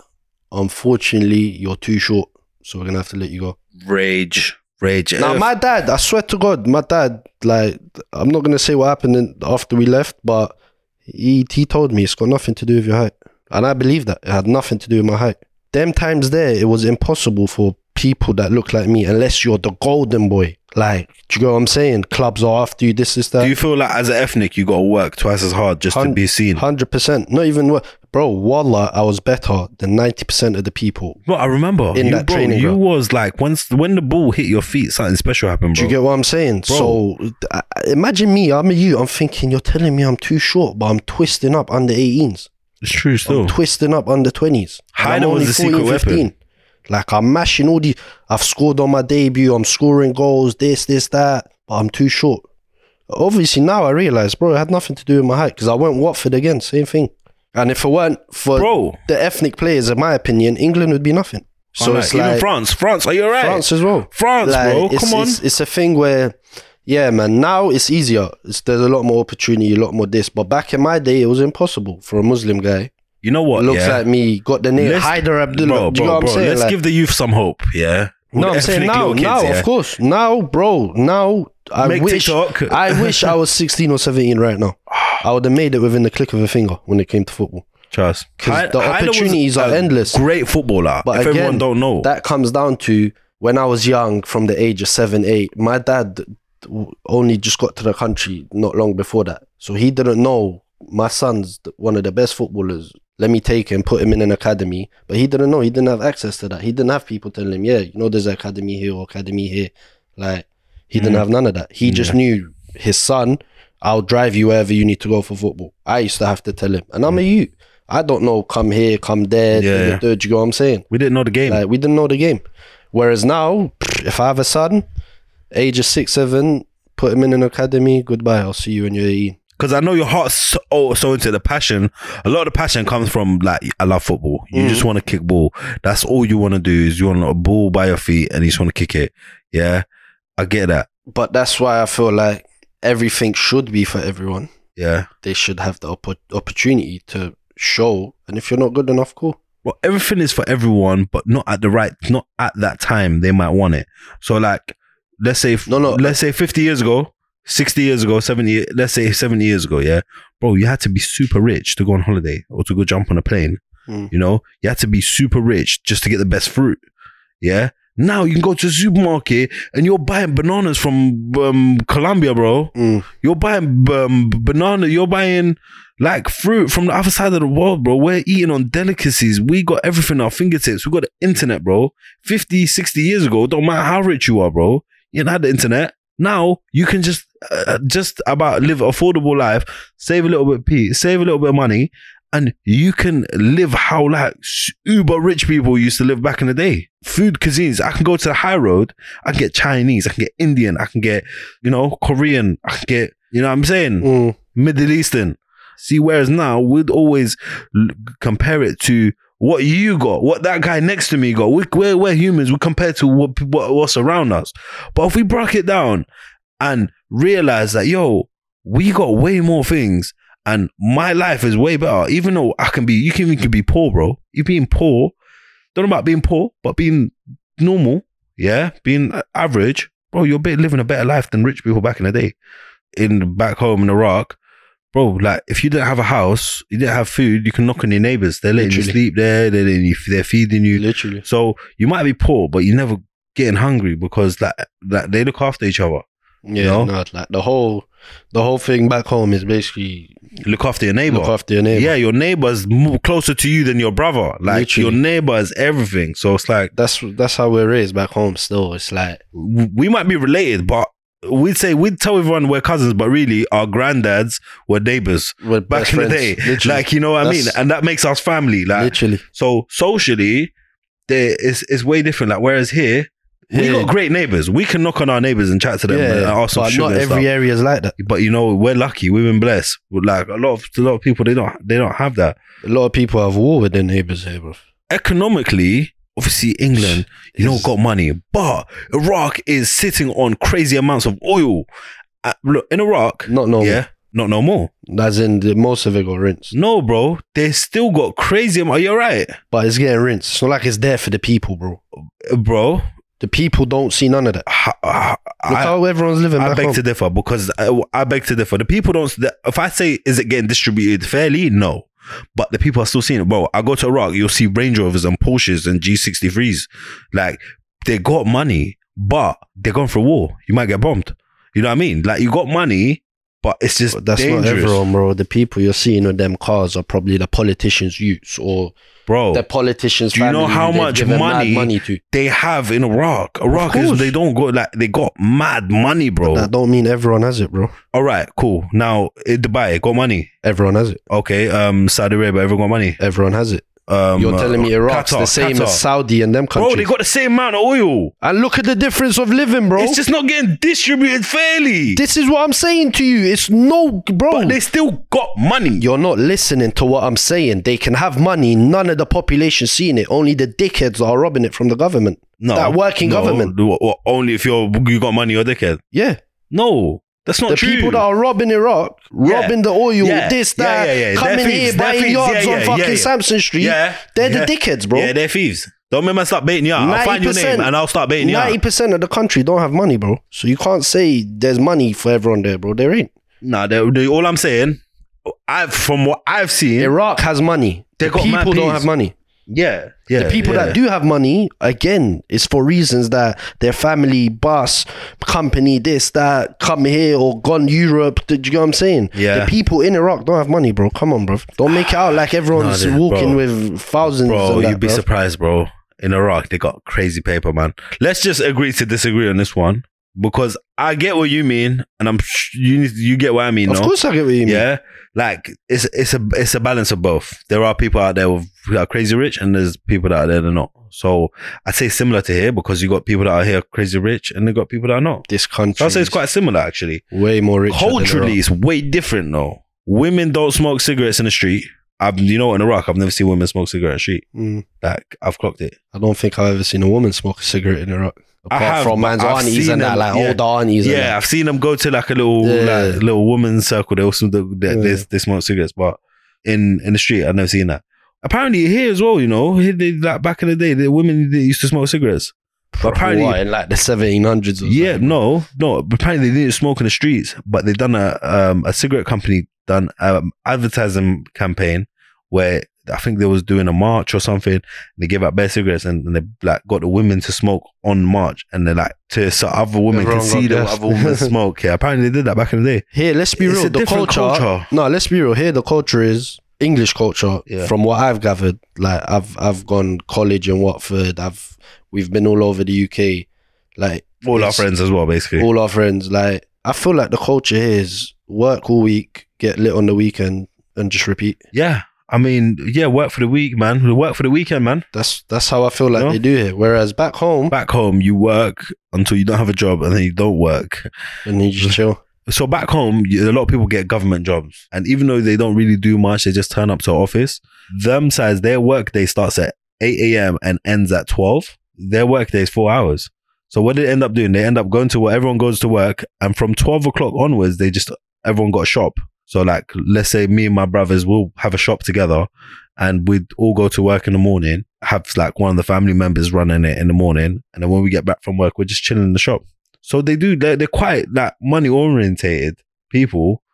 B: unfortunately, you're too short, so we're gonna have to let you go.
A: Rage, rage.
B: Now, my dad, I swear to God, my dad, like, I'm not gonna say what happened in, after we left, but he he told me it's got nothing to do with your height, and I believe that it had nothing to do with my height. Them times there, it was impossible for people that look like me, unless you're the golden boy. Like, do you get what I'm saying? Clubs are after you. This is that.
A: do you feel like as an ethnic you got to work twice as hard just to
B: Hun-
A: be seen?
B: Hundred percent. Not even what, bro. Wallah, I was better than ninety percent of the people.
A: Well, I remember
B: In
A: you,
B: that
A: bro,
B: training
A: you
B: ground.
A: was like once when the ball hit your feet, something special happened,
B: Do
A: bro.
B: you get what I'm saying? So I, I- imagine me. I'm a you. I'm thinking you're telling me I'm too short, but I'm twisting up under 18s.
A: it's true
B: I'm
A: still.
B: twisting up under 20s. And
A: Hyder
B: I'm
A: was the secret weapon.
B: Like I'm mashing all the. I've scored on my debut. I'm scoring goals. This, this, that. But I'm too short. Obviously now I realise, bro, it had nothing to do with my height because I went Watford again. Same thing. And if it weren't for
A: Bro.
B: the ethnic players, in my opinion, England would be nothing. So
A: I'm
B: it's
A: like,
B: like
A: even France, France, are you alright?
B: France as well.
A: France, bro,
B: it's-
A: come on.
B: It's, it's a thing where, yeah, man. Now it's easier. It's, there's a lot more opportunity, a lot more this. But back in my day, it was impossible for a Muslim guy
A: you know what?
B: looks
A: yeah?
B: like me got the name
A: Let's-
B: Hyder Abdullah.
A: bro,
B: Do
A: bro,
B: you know what I'm
A: bro,
B: saying?
A: Let's
B: Like,
A: give the youth some hope, yeah. All
B: no,
A: the
B: I'm saying
A: ethnic
B: now,
A: little
B: now,
A: yeah?
B: of course, now, bro, now. I
A: Make
B: wish
A: TikTok.
B: I wish I was 16 or 17 right now. I would have made it within the click of a finger when it came to football.
A: Trust.
B: 'Cause
A: Hy-
B: the
A: Hyder was
B: opportunities are
A: a
B: endless.
A: Great footballer.
B: But
A: if
B: again,
A: everyone don't know,
B: that comes down to when I was young, from the age of seven, eight. My dad w- only just got to the country not long before that, so he didn't know my son's th- one of the best footballers. Let me take him, put him in an academy, but he didn't know. He didn't have access to that. He didn't have people telling him, yeah, you know, there's an academy here or academy here. Like he didn't
A: Mm.
B: have none of that. He just knew his son. I'll drive you wherever you need to go for football. I used to have to tell him, and I'm a you. I don't know, come here, come there.
A: Mm. Yeah,
B: Yeah,
A: yeah.
B: Do you know what I'm saying?
A: We didn't know the game.
B: Like, we didn't know the game. Whereas now, pff, if I have a son, age of six, seven, put him in an academy, goodbye. I'll see you in your E.
A: because I know your heart's so, oh, so into the passion. A lot of the passion comes from like I love football.
B: Mm.
A: You just want to kick ball. That's all you want to do is you want a ball by your feet and you just want to kick it. Yeah, I get that.
B: But that's why I feel like everything should be for everyone.
A: Yeah,
B: They should have the oppo- opportunity to show. And if you're not good enough, cool.
A: well, everything is for everyone, but not at the right, not at that time they might want it. So like, let's say
B: No, no. uh,
A: let's say fifty years ago. 60 years ago, 70, let's say 70 years ago, yeah. Bro, you had to be super rich to go on holiday or to go jump on a plane.
B: Mm.
A: You know, you had to be super rich just to get the best fruit. Yeah. Now you can go to the supermarket and you're buying bananas from um, Colombia, bro.
B: Mm.
A: You're buying um, banana. You're buying like fruit from the other side of the world, bro. We're eating on delicacies. We got everything at our fingertips. We got the internet, bro. 50, 60 years ago, don't matter how rich you are, bro. You didn't have the internet. Now you can just uh, just about live affordable life, save a little bit, of pe- save a little bit of money, and you can live how like uber rich people used to live back in the day. Food cuisines. I can go to the high road. I can get Chinese. I can get Indian. I can get you know Korean. I can get you know what I'm saying
B: Mm.
A: Middle Eastern. See, whereas now we'd always l- compare it to what you got, what that guy next to me got. We, we're, we're humans. We compare to what, pe- what what's around us. But if we break it down and realize that yo, we got way more things, and my life is way better. Even though I can be, you can even can be poor, bro. You being poor, don't know about being poor, but being normal, yeah, being a- average, bro. You're be- living a better life than rich people back in the day. In back home in Iraq, bro, like if you didn't have a house, you didn't have food, you can knock on your neighbors. They're letting you
B: Literally.
A: sleep there. They're letting you, they're feeding you.
B: Literally.
A: So you might be poor, but you're never getting hungry because that that they look after each other.
B: Yeah,
A: No?
B: no, like the whole, the whole thing back home is basically
A: Look after your neighbor.
B: look after your neighbor.
A: Yeah, your neighbor's more closer to you than your brother. Like
B: Literally.
A: your neighbor is everything. So it's like
B: that's that's how we're raised back home. Still, it's like
A: w- we might be related, but we'd say we'd tell everyone we're cousins, but really our granddads were neighbors
B: we're
A: back
B: best
A: in
B: friends,
A: the day.
B: literally.
A: Like you know what I mean,
B: That's-
A: and that makes us family. Like
B: literally,
A: so socially, there is it's way different. Like whereas here. We
B: Yeah.
A: got great neighbors. We can knock on our neighbors and chat to them and
B: yeah.
A: ask some
B: But
A: shit
B: not
A: and stuff.
B: every area is like that.
A: but you know we're lucky we've been blessed With, like a lot of a lot of people they don't they don't have that
B: A lot of people have war with their neighbors here, bro.
A: economically obviously england you know
B: It's-
A: got money but iraq is sitting on crazy amounts of oil Uh, look in iraq
B: Not normal.
A: yeah Mm. not no more
B: As in, the, most of it got rinsed.
A: no bro they still got crazy amount you're right
B: But it's getting rinsed. It's not like it's there for the people, bro.
A: Uh, bro
B: The people don't see none of that.
A: ha- ha-
B: Look
A: I,
B: how everyone's living
A: I
B: back
A: beg
B: home.
A: to differ because I, I beg to differ. The people don't. the- If I say is it getting distributed fairly, no. But the people are still seeing it, bro. I go to Iraq, you'll see Range Rovers and Porsches and G63s. Like they got money, but they're going for a war. You might get bombed. You know what I mean? Like you got money, but it's just
B: But that's
A: dangerous,
B: not everyone, bro. The people you're seeing with them cars are probably the politicians' use or
A: bro.
B: the politicians'
A: Do you know
B: family
A: how
B: who they've
A: much
B: given mad
A: money-
B: money to?
A: they have in Iraq. Iraq is
B: course.
A: they don't go like they got mad money, bro.
B: That don't mean everyone has it, bro.
A: All right, cool. Now eh, Dubai got money.
B: Everyone has it.
A: Okay, um, Saudi Arabia, everyone got money.
B: Everyone has it.
A: Um,
B: You're telling me
A: uh,
B: Iraq's
A: Qatar,
B: the same
A: Qatar.
B: as Saudi and them countries.
A: Bro, they got the same amount of oil.
B: and look at the difference of living, bro.
A: It's just not getting distributed fairly.
B: this is what I'm saying to you. It's no, bro.
A: but they still got money.
B: You're not listening to what I'm saying. They can have money, none of the population seeing it. Only the dickheads are robbing it from the government. that working
A: no,
B: government.
A: w- w- only if you're you got money, you're dickhead.
B: Yeah.
A: No, that's not
B: The
A: true.
B: people that are robbing Iraq,
A: Yeah.
B: robbing the oil,
A: Yeah.
B: this,
A: Yeah,
B: that,
A: yeah, yeah. They're
B: coming
A: thieves.
B: here,
A: They're
B: buying
A: thieves.
B: yards
A: Yeah,
B: on
A: yeah,
B: fucking
A: yeah, yeah.
B: Sampson Street.
A: Yeah.
B: They're
A: Yeah.
B: the dickheads, bro.
A: yeah, they're thieves. Don't make me stop baiting you. out. I'll find your name and I'll start baiting you. out.
B: 90% of the country don't have money, bro. So you can't say there's money for everyone there, bro. There ain't.
A: Nah, they, they, all I'm saying, I've from what I've seen,
B: Iraq has money.
A: They
B: the
A: got mad
B: people don't
A: peas.
B: have money.
A: yeah, yeah,
B: the people
A: yeah.
B: that do have money, again, it's for reasons that their family, boss, company, this, that, come here or gone Europe. Do you know what I'm saying?
A: Yeah.
B: The people in Iraq don't have money, bro. Come on, bro. Don't make it out like everyone's
A: dude,
B: walking
A: bro.
B: with thousands.
A: bro,
B: and that,
A: you'd be
B: bro.
A: surprised, bro. In Iraq, they got crazy paper, man. Let's just agree to disagree on this one. because I get what you mean, and I'm sh- you need- you get what I mean.
B: Of
A: no?
B: course, I get what you mean.
A: yeah, like it's it's a it's a balance of both. There are people out there with- who are crazy rich, and there's people out there that are not. So I'd say similar to here because you got people that are here crazy rich, and they got people that are not.
B: This country
A: So I'd say it's quite similar actually.
B: is way more rich
A: Culturally, it's way different though. Women don't smoke cigarettes in the street. I've, you know, in Iraq, I've never seen women smoke cigarettes in the street. Like I've clocked it.
B: Mm. I don't think I've ever seen a woman smoke a cigarette in Iraq.
A: I
B: Apart
A: have,
B: from
A: but
B: man's
A: I've
B: aunties
A: seen
B: and that,
A: them,
B: like
A: yeah.
B: old aunties.
A: yeah,
B: and that.
A: I've seen them go to like a little
B: Yeah.
A: like, little women's circle. They also do, they,
B: Yeah.
A: they, they smoke cigarettes, but in in the street, I've never seen that. Apparently here as well, you know, here they, like back in the day, the women they used to smoke cigarettes. But apparently,
B: What, in like the 1700s. Or
A: yeah,
B: something?
A: no, no. but Apparently they didn't smoke in the streets, but they done a um a cigarette company done um advertising campaign where I think they was doing a march or something. And they gave out bare cigarettes and, and they like got the women to smoke on march and they like to so other women can
B: Everyone got
A: see the
B: gassed.
A: other women smoke. Yeah, apparently they did that back in the day.
B: Here, let's be
A: It's
B: real.
A: a
B: the
A: different
B: culture,
A: culture.
B: No, let's be real. Here, the culture is English culture.
A: Yeah.
B: From what I've gathered, like I've I've gone college in Watford. I've we've been all over the UK. Like
A: All
B: Yes.
A: our friends as well, basically.
B: all our friends. Like I feel like the culture here is work all week, get lit on the weekend, and just repeat.
A: yeah. I mean, yeah, work for the week, man. Work for the weekend, man.
B: That's that's how I feel like
A: No.
B: they do here. Whereas back home,
A: Back home, you work until you don't have a job and then you don't work.
B: and you just chill.
A: So back home, you- a lot of people get government jobs, and even though they don't really do much, they just turn up to office. Them size their work day starts at eight a.m. and ends at twelve. Their work day is four hours. So what do they end up doing? They end up going to where everyone goes to work, and from twelve o'clock onwards, they just everyone got a shop. So like, let's say me and my brothers will have a shop together, and we'd all go to work in the morning. Have like one of the family members running it in the morning, and then when we get back from work, we're just chilling in the shop. So they do. They're, they're quite like money orientated people,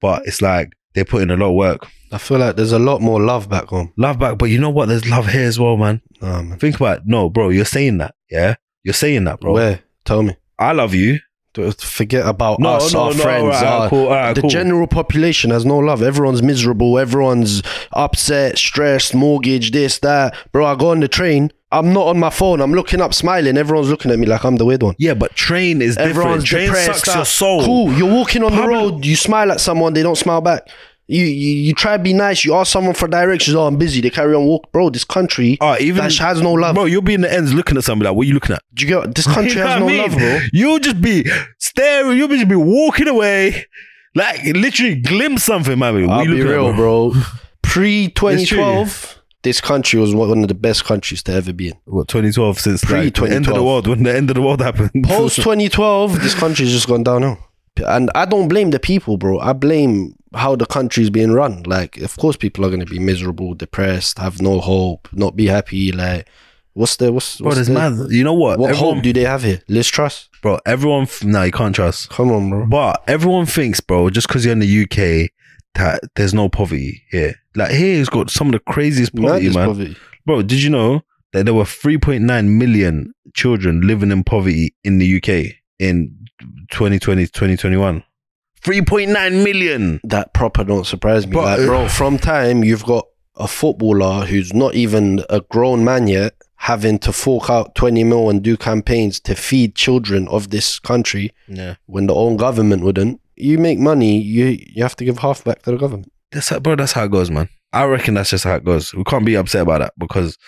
A: but it's like they put in a lot of work.
B: I feel like there's a lot more love back home.
A: Love back, but you know what? There's love here as well, man.
B: Nah, man.
A: Think about it. no, bro. You're saying that, yeah. You're saying that, bro.
B: Where? Tell me.
A: I love you.
B: Don't Forget about
A: No,
B: us,
A: no,
B: our
A: no,
B: friends.
A: alright,
B: our-
A: cool, alright,
B: the
A: Uh, cool.
B: general population has no love. Everyone's miserable. Everyone's upset, stressed, mortgage, this, that. Bro, I go on the train. I'm not on my phone. I'm looking up, smiling. Everyone's looking at me like I'm the weird one.
A: Yeah, but train is
B: Everyone's
A: different. Train
B: depressed.
A: sucks
B: out.
A: your soul.
B: Cool. You're walking on
A: Public-
B: the road. You smile at someone. They don't smile back. You, you you try to be nice. You ask someone for directions. Oh, I'm busy. They carry on walk. Bro, this country
A: Alright, Oh, even
B: that has no love.
A: bro, you'll be in the ends looking at somebody like, "What are you looking at?"
B: Do you get this
A: You
B: country
A: know
B: has
A: what
B: no
A: I mean?
B: love, bro?
A: You'll just be staring. You'll just be walking away, like literally glimpse something, man. What
B: I'll
A: you
B: be
A: looking at,
B: real, bro. Pre
A: It's
B: 2012, this country was one of the best countries to ever be in.
A: What 2012 since
B: Pre-
A: like, the end of the
B: 2012.
A: world when the end of the world happened.
B: Post 2012, this country's just gone downhill. And I don't blame the people, bro. I blame how the country's being run. Like, of course, people are going to be miserable, depressed, have no hope, not be happy. Like, what's the what's
A: Bro,
B: what's
A: there's
B: the-
A: mad. You know what?
B: What
A: everyone,
B: hope do they have here? Liz Truss.
A: bro, everyone. F- nah, you can't trust.
B: Come on, bro.
A: But everyone thinks, bro, just because you're in the UK, that there's no poverty here. Like here, it's got some of the craziest poverty,
B: Madness,
A: man.
B: poverty.
A: Bro, did you know that there were 3.9 million children living in poverty in the UK in 2020, 2021? 3.9 million.
B: that proper don't surprise me.
A: But- uh,
B: like, bro, from time you've got a footballer who's not even a grown man yet having to fork out 20 mil and do campaigns to feed children of this country
A: Yeah.
B: when the own government wouldn't. You make money, you you have to give half back to the government.
A: That's how, bro. That's how it goes, man. I reckon that's just how it goes. We can't be upset about that because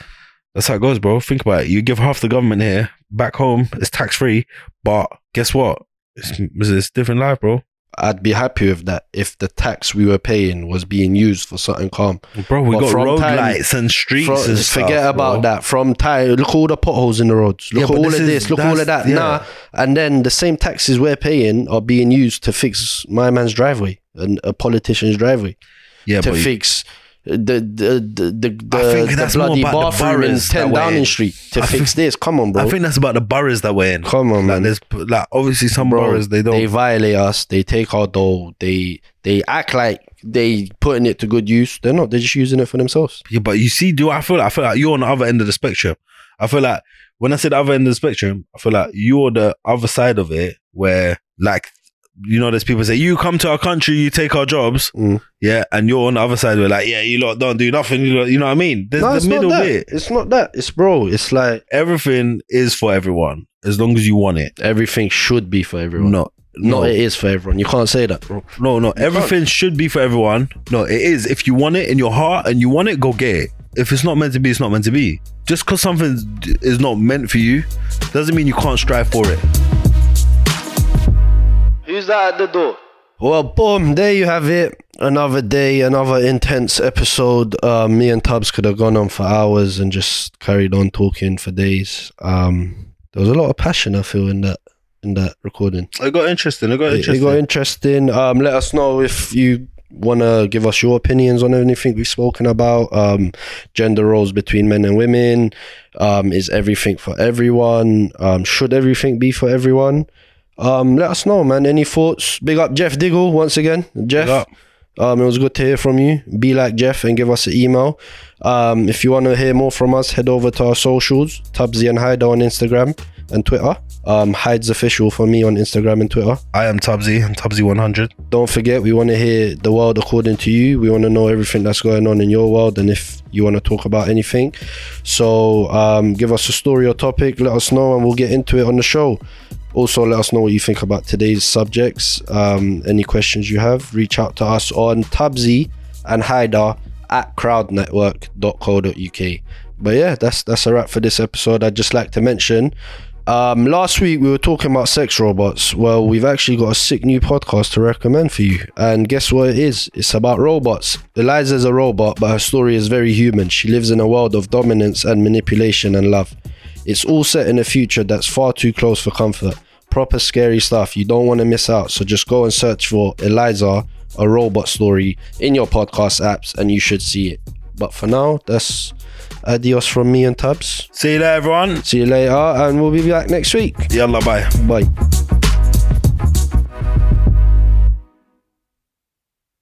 A: that's how it goes, bro. Think about it. You give half the government here back home. It's tax free, but guess what? It's, it's it's a different life, bro.
B: I'd be happy with that if the tax we were paying was being used for something calm.
A: Bro, we
B: But
A: got
B: from
A: road
B: time-
A: lights and streets
B: Fro-
A: and stuff,
B: forget about
A: bro.
B: that. From time, look all the potholes in the roads.
A: Yeah,
B: Look
A: but
B: at all
A: this
B: of
A: is-
B: this. Look at all of
A: that's-
B: that.
A: yeah.
B: Nah, and then the same taxes we're paying are being used to fix my man's driveway and a politician's driveway
A: Yeah,
B: to
A: but
B: fix the the the the,
A: I think
B: the, the
A: that's more
B: bloody
A: about the
B: bathroom in
A: boroughs that
B: Ten
A: we're in.
B: Downing Street to
A: I
B: fix
A: think-
B: this. Come on, bro.
A: I think that's about the boroughs that we're in.
B: Come
A: Like,
B: on, man.
A: there's like obviously some
B: Bro,
A: boroughs they don't.
B: They violate us. They take our dough. They they act like they putting it to good use. They're not. They're just using it for themselves.
A: Yeah, but you see, do I feel? Like, I feel like you're on the other end of the spectrum. I feel like when I said other end of the spectrum, I feel like you're the other side of it, where like you know, there's people say you come to our country, you take our jobs,
B: Mm.
A: yeah, and you're on the other side. We're like, yeah, you lot don't do nothing. You, lot, you know what I mean? There's
B: No,
A: the
B: it's
A: middle
B: not that.
A: bit.
B: It's not that. It's bro. It's like
A: Everything is for everyone. as long as you want it.
B: Everything should be for everyone.
A: No,
B: No,
A: no,
B: it is for everyone. You can't say that, bro.
A: no, no. Everything should be for everyone. No, it is. If you want it in your heart and you want it, go get it. If it's not meant to be, it's not meant to be. Just because something d- is not meant for you doesn't mean you can't strive for it.
D: Who's that at the door?
B: Well, boom, there you have it. Another day, another intense episode. Uh, me and Tubbs could have gone on for hours and just carried on talking for days. Um, there was a lot of passion I feel in that in that recording.
A: It got interesting. It got
B: It, it
A: interesting.
B: got interesting. Um, let us know if you want to give us your opinions on anything we've spoken about. Um, gender roles between men and women. Um, is everything for everyone? Um, should everything be for everyone? Um, let us know, man. Any thoughts? Big up Jeff Diggle once again. Jeff.
A: up.
B: Um, it was good to hear from you. Be like Jeff and give us an email. Um, if you want to hear more from us, head over to our socials, Tubbsy and Hyder on Instagram and Twitter. Um, Hyde's official for me on Instagram and Twitter.
A: I am Tubbsy. I'm Tubbsy 100.
B: Don't forget, we want to hear the world according to you. We want to know everything that's going on in your world and if you want to talk about anything. So um, give us a story or topic, let us know, and we'll get into it on the show. Also, let us know what you think about today's subjects. Um, any questions you have, reach out to us on Tabsy and Haidar at crowdnetwork.co.uk. But yeah, that's that's a wrap for this episode. I'd just like to mention um, last week we were talking about sex robots. Well, we've actually got a sick new podcast to recommend for you. And guess what it is? It's about robots. Eliza's a robot, but her story is very human. She lives in a world of dominance and manipulation and love. It's all set in a future that's far too close for comfort. Proper scary stuff. You don't want to miss out. So just go and search for Eliza, a robot story, in your podcast apps, and you should see it. But for now, that's adios from me and Tabs.
A: See you later, everyone.
B: See you later, and we'll be back next week.
A: Yalla, bye.
B: Bye.